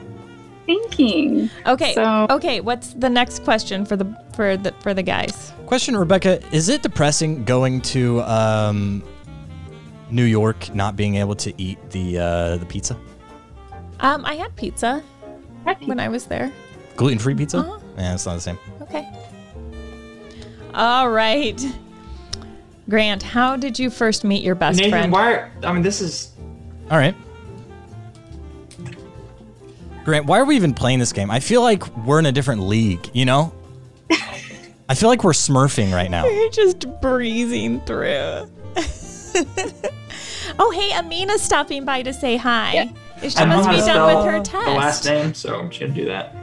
Speaker 11: Thinking.
Speaker 9: Okay.
Speaker 11: So-
Speaker 9: Okay, what's the next question for the for the for the guys?
Speaker 8: Question, Rebecca: Is it depressing going to um, New York not being able to eat the uh, the pizza,
Speaker 9: Um I had pizza when I was there.
Speaker 8: gluten free pizza?
Speaker 9: Uh-huh.
Speaker 8: Yeah, it's not the same.
Speaker 9: Okay. All right. Grant, how did you first meet your best
Speaker 10: Nathan,
Speaker 9: friend?
Speaker 10: why? Are, I mean, this is.
Speaker 8: All right. Grant, why are we even playing this game? I feel like we're in a different league. You know, I feel like we're smurfing right now.
Speaker 9: You're just breezing through. oh, hey, Amina's stopping by to say hi. She
Speaker 10: I don't know
Speaker 9: must
Speaker 10: how
Speaker 9: be
Speaker 10: to
Speaker 9: done with her
Speaker 10: spell The
Speaker 9: test.
Speaker 10: last name, so I'm just gonna do that.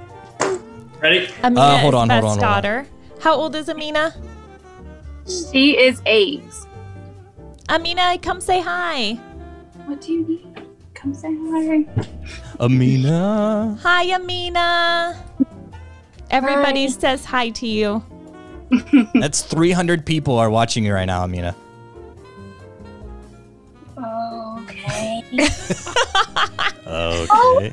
Speaker 10: Ready?
Speaker 9: Amina
Speaker 8: Uh, hold
Speaker 9: is
Speaker 8: on, hold on, hold
Speaker 9: Beth's
Speaker 8: on.
Speaker 9: daughter. How old is Amina?
Speaker 11: She is eight.
Speaker 9: Amina, come say hi.
Speaker 11: What do you need? Come say hi.
Speaker 8: Amina.
Speaker 9: Hi, Amina. Everybody says hi to you.
Speaker 8: That's 300 people are watching you right now, Amina.
Speaker 11: Okay.
Speaker 8: Okay.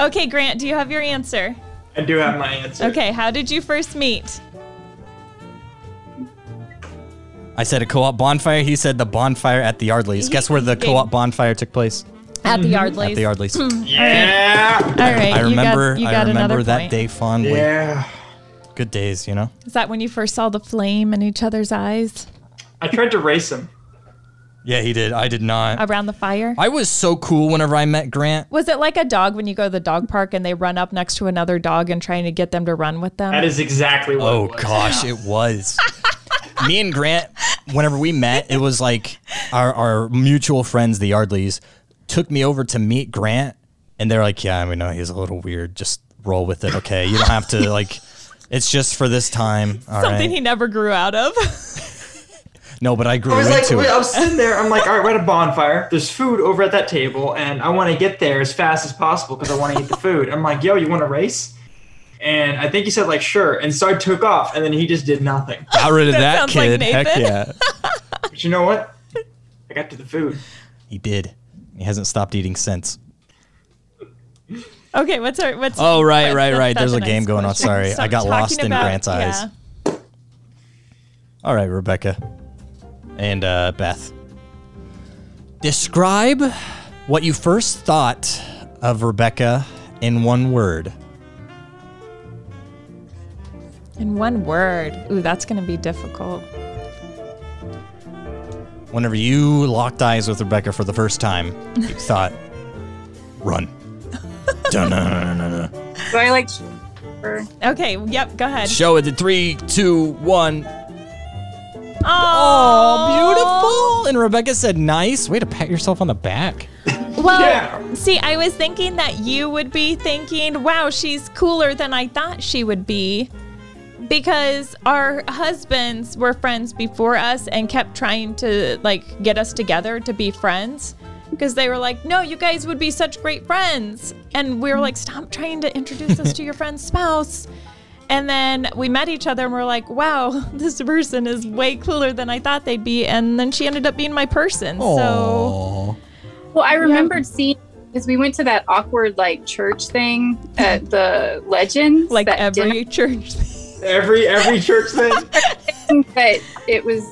Speaker 9: Okay, Grant, do you have your answer?
Speaker 10: I do have my answer.
Speaker 9: Okay, how did you first meet?
Speaker 8: I said a co-op bonfire. He said the bonfire at the Yardley's. Guess where the co-op bonfire took place?
Speaker 9: At the Yardley's.
Speaker 8: Mm-hmm. at the Yardley's.
Speaker 10: Yeah.
Speaker 9: All right.
Speaker 8: I remember.
Speaker 9: You Hmm.
Speaker 8: I
Speaker 9: got, you got
Speaker 8: remember
Speaker 9: another
Speaker 8: that
Speaker 9: point.
Speaker 8: day fondly.
Speaker 10: Yeah.
Speaker 8: Good days, you know.
Speaker 9: Is that when you first saw the flame in each other's eyes
Speaker 10: I tried to race him.
Speaker 8: Yeah, he did. I did not.
Speaker 9: around the fire?
Speaker 8: I was so cool whenever I met Grant.
Speaker 9: Was it like a dog when you go to the dog park and they run up next to another dog and trying to get them to run with them?
Speaker 10: That is exactly what.
Speaker 8: Oh
Speaker 10: it was.
Speaker 8: gosh, it was. Me and Grant, whenever we met, it was like our, our mutual friends, the Yardleys, took me over to meet Grant, and they're like, "Yeah, we know he's a little weird. Just roll with it, okay? You don't have to like. It's just for this time. All right.
Speaker 9: Something he never grew out of.
Speaker 8: no, but I grew
Speaker 10: I was
Speaker 8: into
Speaker 10: like,
Speaker 8: it.
Speaker 10: wait, I was sitting there. I'm like, all right, we're at a bonfire. There's food over at that table, and I want to get there as fast as possible because I want to eat the food. I'm like, yo, you want to race? And I think he said like, sure. And so I took off, and then he just did nothing.
Speaker 8: Got rid of
Speaker 9: That
Speaker 8: that,
Speaker 9: sounds like
Speaker 8: kid. Heck
Speaker 9: Nathan.
Speaker 8: yeah,
Speaker 10: But you know what? I got to the food.
Speaker 8: he did. He hasn't stopped eating since.
Speaker 9: Okay, what's our what's?
Speaker 8: Oh right, right,
Speaker 9: what's- that's-
Speaker 8: right.
Speaker 9: that's
Speaker 8: There's a
Speaker 9: nice
Speaker 8: game going on.
Speaker 9: question.
Speaker 8: Sorry, I
Speaker 9: Stop
Speaker 8: got lost
Speaker 9: talking
Speaker 8: in
Speaker 9: about-
Speaker 8: Grant's eyes.
Speaker 9: yeah.
Speaker 8: All right, Rebecca and uh, Beth. Describe what you first thought of Rebecca in one word.
Speaker 9: In one word. Ooh, that's gonna be difficult.
Speaker 8: Whenever you locked eyes with Rebecca for the first time, you thought, "Run." Dun-dun-dun-dun-dun.
Speaker 11: Do I like? Or,
Speaker 9: Okay. Yep. Go ahead.
Speaker 8: Show it. The three, two, one.
Speaker 9: Aw.
Speaker 8: Oh, beautiful! And Rebecca said, "Nice. Way to pat yourself on the back."
Speaker 9: Well,
Speaker 10: Yeah.
Speaker 9: see, I was thinking that you would be thinking, wow, she's cooler than I thought she would be. Because our husbands were friends before us and kept trying to like get us together to be friends. Because they were like, no, you guys would be such great friends. And we were like, stop trying to introduce us to your friend's spouse. And then we met each other and we're like, wow, this person is way cooler than I thought they'd be. And then she ended up being my person. So.
Speaker 8: Aw.
Speaker 11: well, I remembered seeing because we went to that awkward like church thing at the Legends,
Speaker 9: like
Speaker 11: that
Speaker 9: every
Speaker 11: dinner
Speaker 9: church.
Speaker 10: Every every church thing.
Speaker 11: thing, but it was,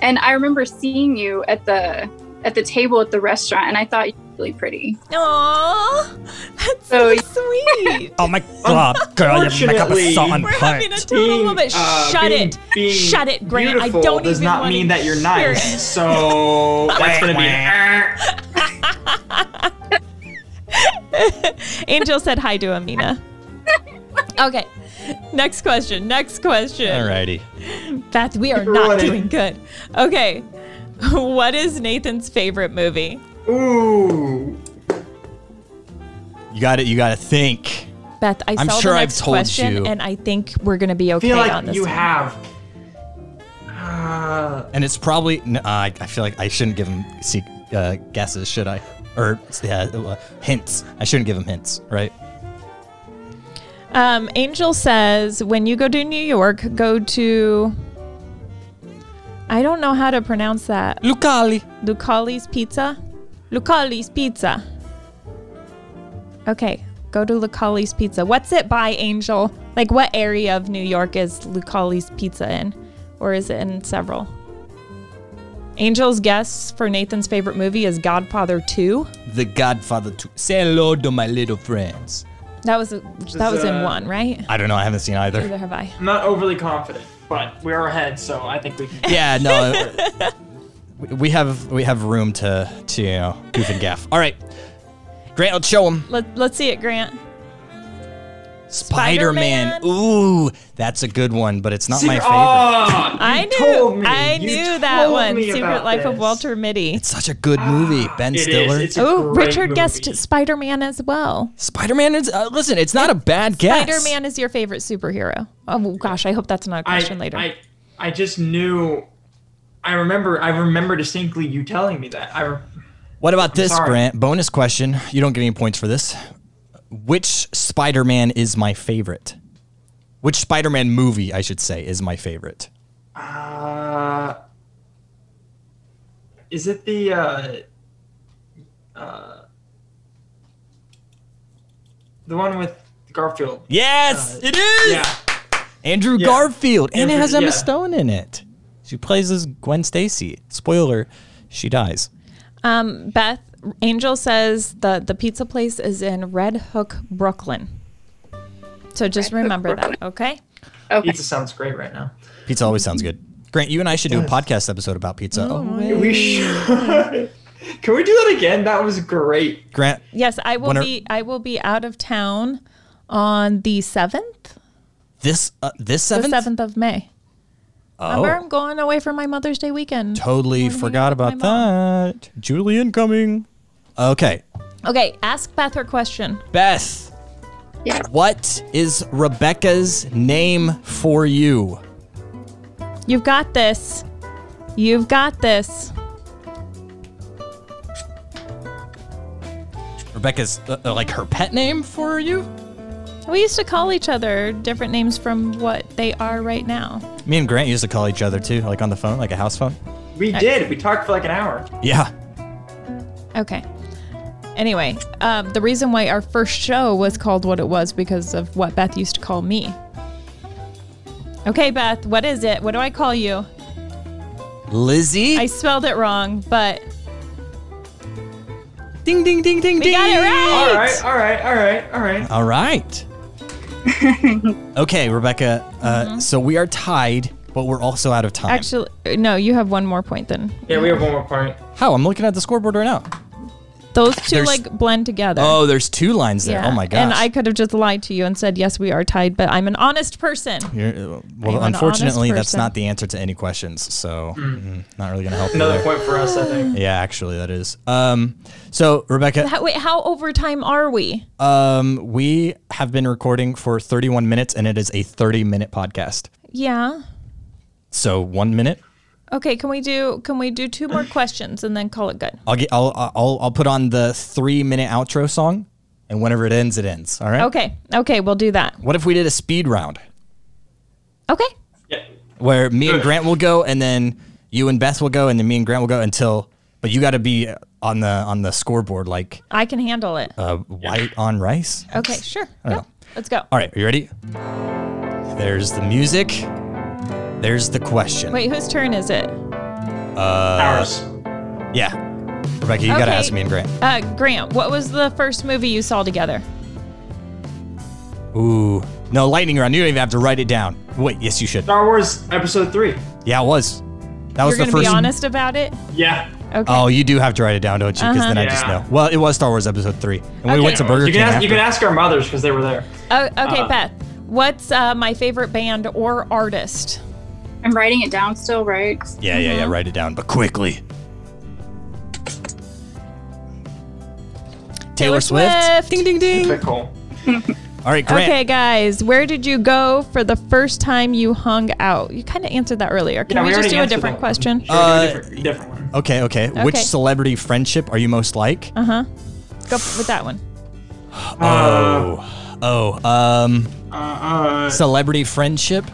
Speaker 11: and I remember seeing you at the at the table at the restaurant, and I thought you were really pretty.
Speaker 9: Aww, that's so
Speaker 11: Oh,
Speaker 9: sweet.
Speaker 8: Oh my god, girl, you make up a
Speaker 10: Unfortunately-
Speaker 8: song on
Speaker 9: We're having a total
Speaker 10: Being,
Speaker 9: moment.
Speaker 10: uh,
Speaker 9: Shut
Speaker 10: being-
Speaker 9: it.
Speaker 10: being
Speaker 9: Shut it, Grant. I
Speaker 10: beautiful
Speaker 9: don't
Speaker 10: does
Speaker 9: even
Speaker 10: not
Speaker 9: wanna
Speaker 10: mean that you're
Speaker 9: hear
Speaker 10: nice.
Speaker 9: it.
Speaker 10: So that's gonna be. an
Speaker 9: Angel said hi to Amina. okay. Next question. Next question.
Speaker 8: Alrighty.
Speaker 9: Beth, we are not
Speaker 10: Running.
Speaker 9: doing good. Okay. What is Nathan's favorite movie?
Speaker 10: Ooh.
Speaker 8: You got it. You got to think.
Speaker 9: Beth, I
Speaker 8: I'm
Speaker 9: saw
Speaker 8: sure
Speaker 9: the
Speaker 8: I've
Speaker 9: next
Speaker 8: told
Speaker 9: question,
Speaker 8: you.
Speaker 9: and I think we're gonna be okay
Speaker 10: feel
Speaker 9: on
Speaker 10: like
Speaker 9: this.
Speaker 10: you
Speaker 9: one.
Speaker 10: have. Uh,
Speaker 8: And it's probably. n- Uh, I I feel like I shouldn't give him seek, uh, guesses, should I? Or yeah, uh, hints. I shouldn't give him hints, right?
Speaker 9: Um, Angel says, when you go to New York, go to. I don't know how to pronounce that.
Speaker 8: Lucali.
Speaker 9: Lucali's Pizza? Lucali's Pizza. Okay, go to Lucali's Pizza. What's it by, Angel? Like, what area of New York is Lucali's Pizza in? Or is it in several? Angel's guess for Nathan's favorite movie is Godfather 2.
Speaker 8: The Godfather. To Say hello to my little friends.
Speaker 9: That was that was in
Speaker 10: uh,
Speaker 9: one, right?
Speaker 8: I don't know. I haven't seen either.
Speaker 9: Neither have I.
Speaker 10: I'm not overly confident, but we are ahead, so I think we can.
Speaker 8: Yeah, no. uh, we- we have we have room to to you know goof and gaff. All right. Grant, let's show him.
Speaker 9: Let, let's see it, Grant.
Speaker 8: Spider Man.
Speaker 9: Spider-Man.
Speaker 8: Ooh, that's a good one, but it's not my
Speaker 10: Secret-
Speaker 8: favorite.
Speaker 10: Oh,
Speaker 9: I
Speaker 10: you
Speaker 9: knew,
Speaker 10: told me.
Speaker 9: I
Speaker 10: You
Speaker 9: knew that
Speaker 10: told
Speaker 9: one.
Speaker 10: me
Speaker 9: Secret
Speaker 10: about
Speaker 9: Life of
Speaker 10: this.
Speaker 9: Walter Mitty.
Speaker 8: Such a good movie. Ben
Speaker 10: It is.
Speaker 8: Stiller.
Speaker 10: It's a
Speaker 9: Oh,
Speaker 10: great
Speaker 9: Richard
Speaker 10: movie.
Speaker 9: guessed Spider Man as well.
Speaker 8: Spider Man is. Uh, listen, it's not a bad guess.
Speaker 9: Spider Man is your favorite superhero. Oh gosh, I hope that's not a
Speaker 10: I,
Speaker 9: question later.
Speaker 10: I, I just knew. I remember. I remember distinctly you telling me that. I. re-
Speaker 8: What about this,
Speaker 10: sorry.
Speaker 8: Grant? Bonus question. You don't get any points for this. Which Spider Man is my favorite? Which Spider Man movie, I should say, is my favorite?
Speaker 10: Uh, is it the? Uh, uh, the one with Garfield.
Speaker 8: Yes, it is.
Speaker 10: Uh, Yeah.
Speaker 8: Andrew
Speaker 10: Yeah.
Speaker 8: Garfield, and it
Speaker 10: Andrew-
Speaker 8: has Emma
Speaker 10: yeah.
Speaker 8: Stone in it. She plays as Gwen Stacy. Spoiler: she dies.
Speaker 9: um, Beth, Angel says the the pizza place is in Red Hook, Brooklyn. So just
Speaker 11: Red Hook,
Speaker 9: remember that, okay?
Speaker 11: Okay.
Speaker 10: Pizza sounds great right now.
Speaker 8: Pizza always sounds good. Grant, you and I should do a podcast episode about pizza. Oh,
Speaker 10: We should. Can we do that again? That was great.
Speaker 8: Grant,
Speaker 9: Yes, I will
Speaker 8: When are-
Speaker 9: be I will be out of town on the seventh,
Speaker 8: this uh, this
Speaker 9: the
Speaker 8: seventh.
Speaker 9: seventh of May. Remember,
Speaker 8: Oh,
Speaker 9: I'm going away for my Mother's Day weekend.
Speaker 8: totally forgot
Speaker 9: out with
Speaker 8: about
Speaker 9: my
Speaker 8: that. Julian coming. Okay,
Speaker 9: Okay, ask Beth her question.
Speaker 8: Beth.
Speaker 11: Yeah.
Speaker 8: What is Rebecca's name for you?
Speaker 9: You've got this. You've got this.
Speaker 8: Rebecca's uh, uh, like her pet name for you?
Speaker 9: We used to call each other different names from what they are right now.
Speaker 8: Me and Grant used to call each other too, like on the phone, like a house phone.
Speaker 10: We did. We talked for like an hour.
Speaker 8: Yeah.
Speaker 9: Okay. Anyway, um, the reason why our first show was called what it was because of what Beth used to call me. Okay, Beth, what is it? What do I call you?
Speaker 8: Lizzie.
Speaker 9: I spelled it wrong, but
Speaker 8: ding ding ding ding
Speaker 9: we got it right.
Speaker 10: All right, all right, all right, all right.
Speaker 8: All right. okay, Rebecca. Uh, So we are tied, but we're also out of time.
Speaker 9: Mm-hmm. Actually, no, you have one more point then.
Speaker 10: Yeah, we have one more point.
Speaker 8: How? I'm looking at the scoreboard right now.
Speaker 9: Those two
Speaker 8: There's-
Speaker 9: like blend together.
Speaker 8: Oh, there's two lines there. Oh my gosh.
Speaker 9: And I could have just lied to you and said, yes, we are tied, but I'm an honest person.
Speaker 8: You're, uh,
Speaker 9: I'm
Speaker 8: well,
Speaker 9: an honest
Speaker 8: unfortunately, that's
Speaker 9: person.
Speaker 8: not the answer to any questions. So, mm, not really gonna help. you
Speaker 10: Another
Speaker 8: there.
Speaker 10: point for us, I think.
Speaker 8: Yeah, actually, that is. Um, so Rebecca,
Speaker 9: How, wait, how over time are we?
Speaker 8: Um, we have been recording for 31 minutes, and it is a 30 minute podcast.
Speaker 9: Yeah.
Speaker 8: So one minute.
Speaker 9: Okay, can we do can we do two more questions and then call it good?
Speaker 8: I'll get. I'll. I'll. I'll put on the three minute outro song, and whenever it ends, it ends. All right.
Speaker 9: Okay. Okay, we'll do that.
Speaker 8: What if we did a speed round
Speaker 9: Okay.
Speaker 10: Yeah.
Speaker 8: where me and Grant will go, and then you and Beth will go, and then me and Grant will go until. But you got to be on the on the scoreboard like
Speaker 9: I can handle it.
Speaker 8: uh, white on rice.
Speaker 9: okay, sure. Yeah.
Speaker 8: know.
Speaker 9: Let's go.
Speaker 8: All right. Are you ready? There's the music. There's the question.
Speaker 9: Wait, whose turn is it?
Speaker 8: Uh,
Speaker 10: Ours.
Speaker 8: Yeah. Rebecca, you got to
Speaker 9: Okay.
Speaker 8: ask me and Grant.
Speaker 9: Uh Grant, what was the first movie you saw together?
Speaker 8: Ooh. No, lightning round. You don't even have to write it down. Wait, yes, you should.
Speaker 10: Star Wars Episode 3.
Speaker 8: Yeah, it was. That was
Speaker 9: You're
Speaker 8: the
Speaker 9: gonna
Speaker 8: first.
Speaker 9: be honest about it?
Speaker 10: Yeah.
Speaker 9: Okay.
Speaker 8: Oh, you do have to write it down, don't you? Because then I just
Speaker 10: Yeah.
Speaker 8: know. Well, it was Star Wars Episode 3. And we
Speaker 9: Okay.
Speaker 8: went to Burger
Speaker 10: Uh-huh.
Speaker 8: King.
Speaker 10: You can, ask,
Speaker 8: after.
Speaker 10: you can ask our mothers because they were there.
Speaker 9: Oh, okay,
Speaker 10: Uh,
Speaker 9: Beth. What's uh, my favorite band or artist?
Speaker 11: I'm writing it down still, right?
Speaker 8: Yeah, yeah,
Speaker 9: Mm-hmm.
Speaker 8: yeah. Write it down, but quickly. Taylor, Swift.
Speaker 9: Ding ding ding.
Speaker 10: But cool.
Speaker 8: All right, Grant.
Speaker 9: Okay, guys, where did you go for the first time you hung out? You kind of answered that earlier. Can
Speaker 10: Yeah,
Speaker 9: we,
Speaker 10: already
Speaker 9: just do a
Speaker 10: answered
Speaker 9: different
Speaker 10: that one.
Speaker 9: question?
Speaker 10: Sure, we
Speaker 8: Uh,
Speaker 10: do a different, different one.
Speaker 8: Okay, okay. Which
Speaker 9: Okay.
Speaker 8: celebrity friendship are you most like?
Speaker 9: Uh huh. Go f- with that one.
Speaker 8: oh. Oh. Um.
Speaker 10: Uh,
Speaker 8: celebrity friendship?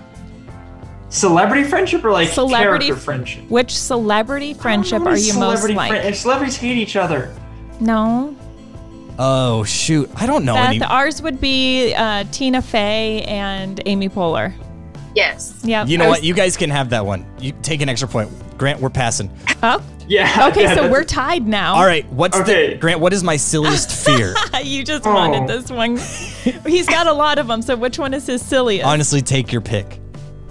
Speaker 10: Celebrity friendship or like
Speaker 9: Celebrity
Speaker 10: character friendship?
Speaker 9: Which celebrity friendship are you most
Speaker 10: Celebrity
Speaker 9: like?
Speaker 10: friend- and celebrities hate each other.
Speaker 9: no,
Speaker 8: Oh, shoot. I don't know
Speaker 9: Beth.
Speaker 8: any.
Speaker 9: Ours would be uh, Tina Fey and Amy Poehler.
Speaker 11: Yes.
Speaker 9: Yeah.
Speaker 8: You know what? You guys can have that one. You take an extra point. Grant, we're passing.
Speaker 9: Oh,
Speaker 10: Yeah.
Speaker 9: okay,
Speaker 10: yeah,
Speaker 9: so
Speaker 10: that's-
Speaker 9: we're tied now.
Speaker 8: All right, what's
Speaker 10: Okay.
Speaker 8: the Grant? What is my silliest fear?
Speaker 9: You just
Speaker 10: Oh.
Speaker 9: wanted this one. He's got a lot of them. So which one is his silliest?
Speaker 8: Honestly, take your pick.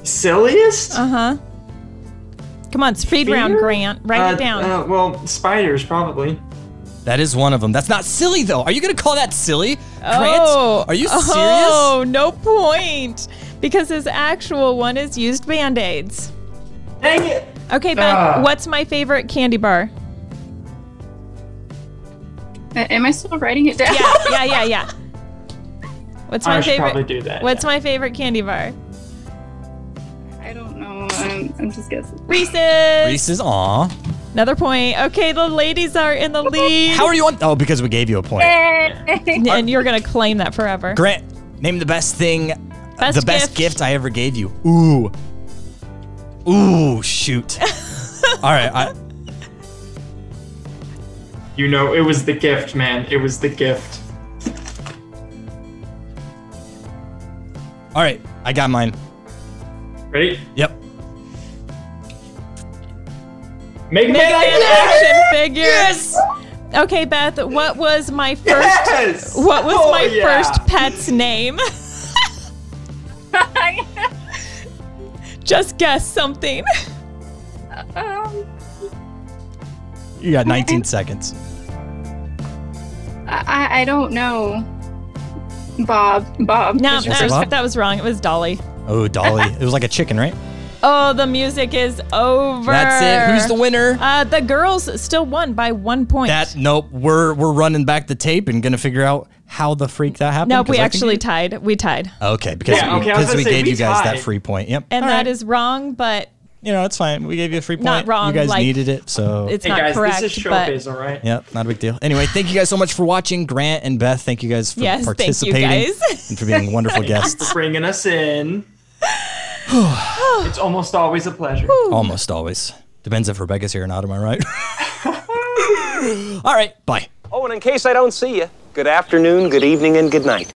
Speaker 10: Silliest?
Speaker 9: uh huh. Come on, speed round,
Speaker 10: Fear?
Speaker 9: Grant. Write
Speaker 10: Uh,
Speaker 9: it down.
Speaker 10: Uh, well, spiders probably.
Speaker 8: That is one of them. That's not silly though. Are you gonna call that silly,
Speaker 9: Oh,
Speaker 8: Grant? Are you serious?
Speaker 9: Oh, no point. Because his actual one is used band aids.
Speaker 10: Dang it!
Speaker 9: Okay, Beth,
Speaker 10: Ah.
Speaker 9: what's my favorite candy bar?
Speaker 11: Uh, Am I still writing it down?
Speaker 9: Yeah, yeah, yeah, yeah. What's my
Speaker 10: I should
Speaker 9: favorite?
Speaker 10: probably do that.
Speaker 9: What's
Speaker 10: yeah.
Speaker 9: my favorite candy bar?
Speaker 11: I don't know. I'm, I'm just guessing.
Speaker 9: Reese's.
Speaker 8: Reese's, aw.
Speaker 9: Another point. Okay, the ladies are in the lead.
Speaker 8: How are you on? Oh, because we gave you a point.
Speaker 9: and you're gonna claim that forever.
Speaker 8: Grant, name the best thing, uh,
Speaker 9: Best
Speaker 8: the best
Speaker 9: gift.
Speaker 8: gift I ever gave you. Ooh, ooh, shoot. All right, I,
Speaker 10: You know, it was the gift, man. It was the gift.
Speaker 8: all right, I got mine.
Speaker 10: Ready?
Speaker 8: Yep.
Speaker 10: Make, make,
Speaker 9: Big Man action figures. Okay, Beth, what was my first
Speaker 10: Yes!
Speaker 9: what was
Speaker 10: Oh,
Speaker 9: my
Speaker 10: yeah.
Speaker 9: first pet's name? Just guess something.
Speaker 11: um,
Speaker 8: You got 19 seconds.
Speaker 11: I, I don't know. Bob. Bob.
Speaker 9: No,
Speaker 11: was
Speaker 8: your
Speaker 9: that was,
Speaker 8: Bob?
Speaker 9: that was wrong. It was Dolly.
Speaker 8: Oh, Dolly. it was like a chicken, right?
Speaker 9: Oh, the music is over.
Speaker 8: That's it. Who's the winner?
Speaker 9: Uh, the girls still won by one point.
Speaker 8: That nope. We're we're running back the tape and gonna figure out how the freak that happened.
Speaker 9: nope,
Speaker 8: 'cause
Speaker 9: we
Speaker 8: I think
Speaker 9: actually
Speaker 8: you-
Speaker 9: tied. We tied.
Speaker 8: okay because
Speaker 10: Yeah,
Speaker 8: we,
Speaker 10: okay, I was
Speaker 8: because we
Speaker 10: gonna say,
Speaker 8: gave
Speaker 10: we
Speaker 8: you guys that
Speaker 10: tied.
Speaker 8: free point. Yep.
Speaker 9: And
Speaker 8: All
Speaker 9: that
Speaker 8: right.
Speaker 9: is wrong, but
Speaker 8: you know it's fine. We gave you a free point.
Speaker 9: Not wrong,
Speaker 8: You guys
Speaker 9: like-
Speaker 8: needed it, so
Speaker 9: it's
Speaker 10: Hey
Speaker 9: not
Speaker 10: guys,
Speaker 9: correct.
Speaker 10: this is show
Speaker 9: but
Speaker 10: phase, all right?
Speaker 8: Yep, not a big deal. Anyway, thank you guys so much for watching. Grant and Beth, thank you guys for
Speaker 9: Yes, thank you
Speaker 8: participating
Speaker 9: guys.
Speaker 8: and for being wonderful guests.
Speaker 10: Bringing us in. it's almost always a pleasure.
Speaker 8: Almost always. Depends if Rebecca's here or not, am I right? All right, bye.
Speaker 1: Oh, and in case I don't see you, good afternoon, good evening, and good night.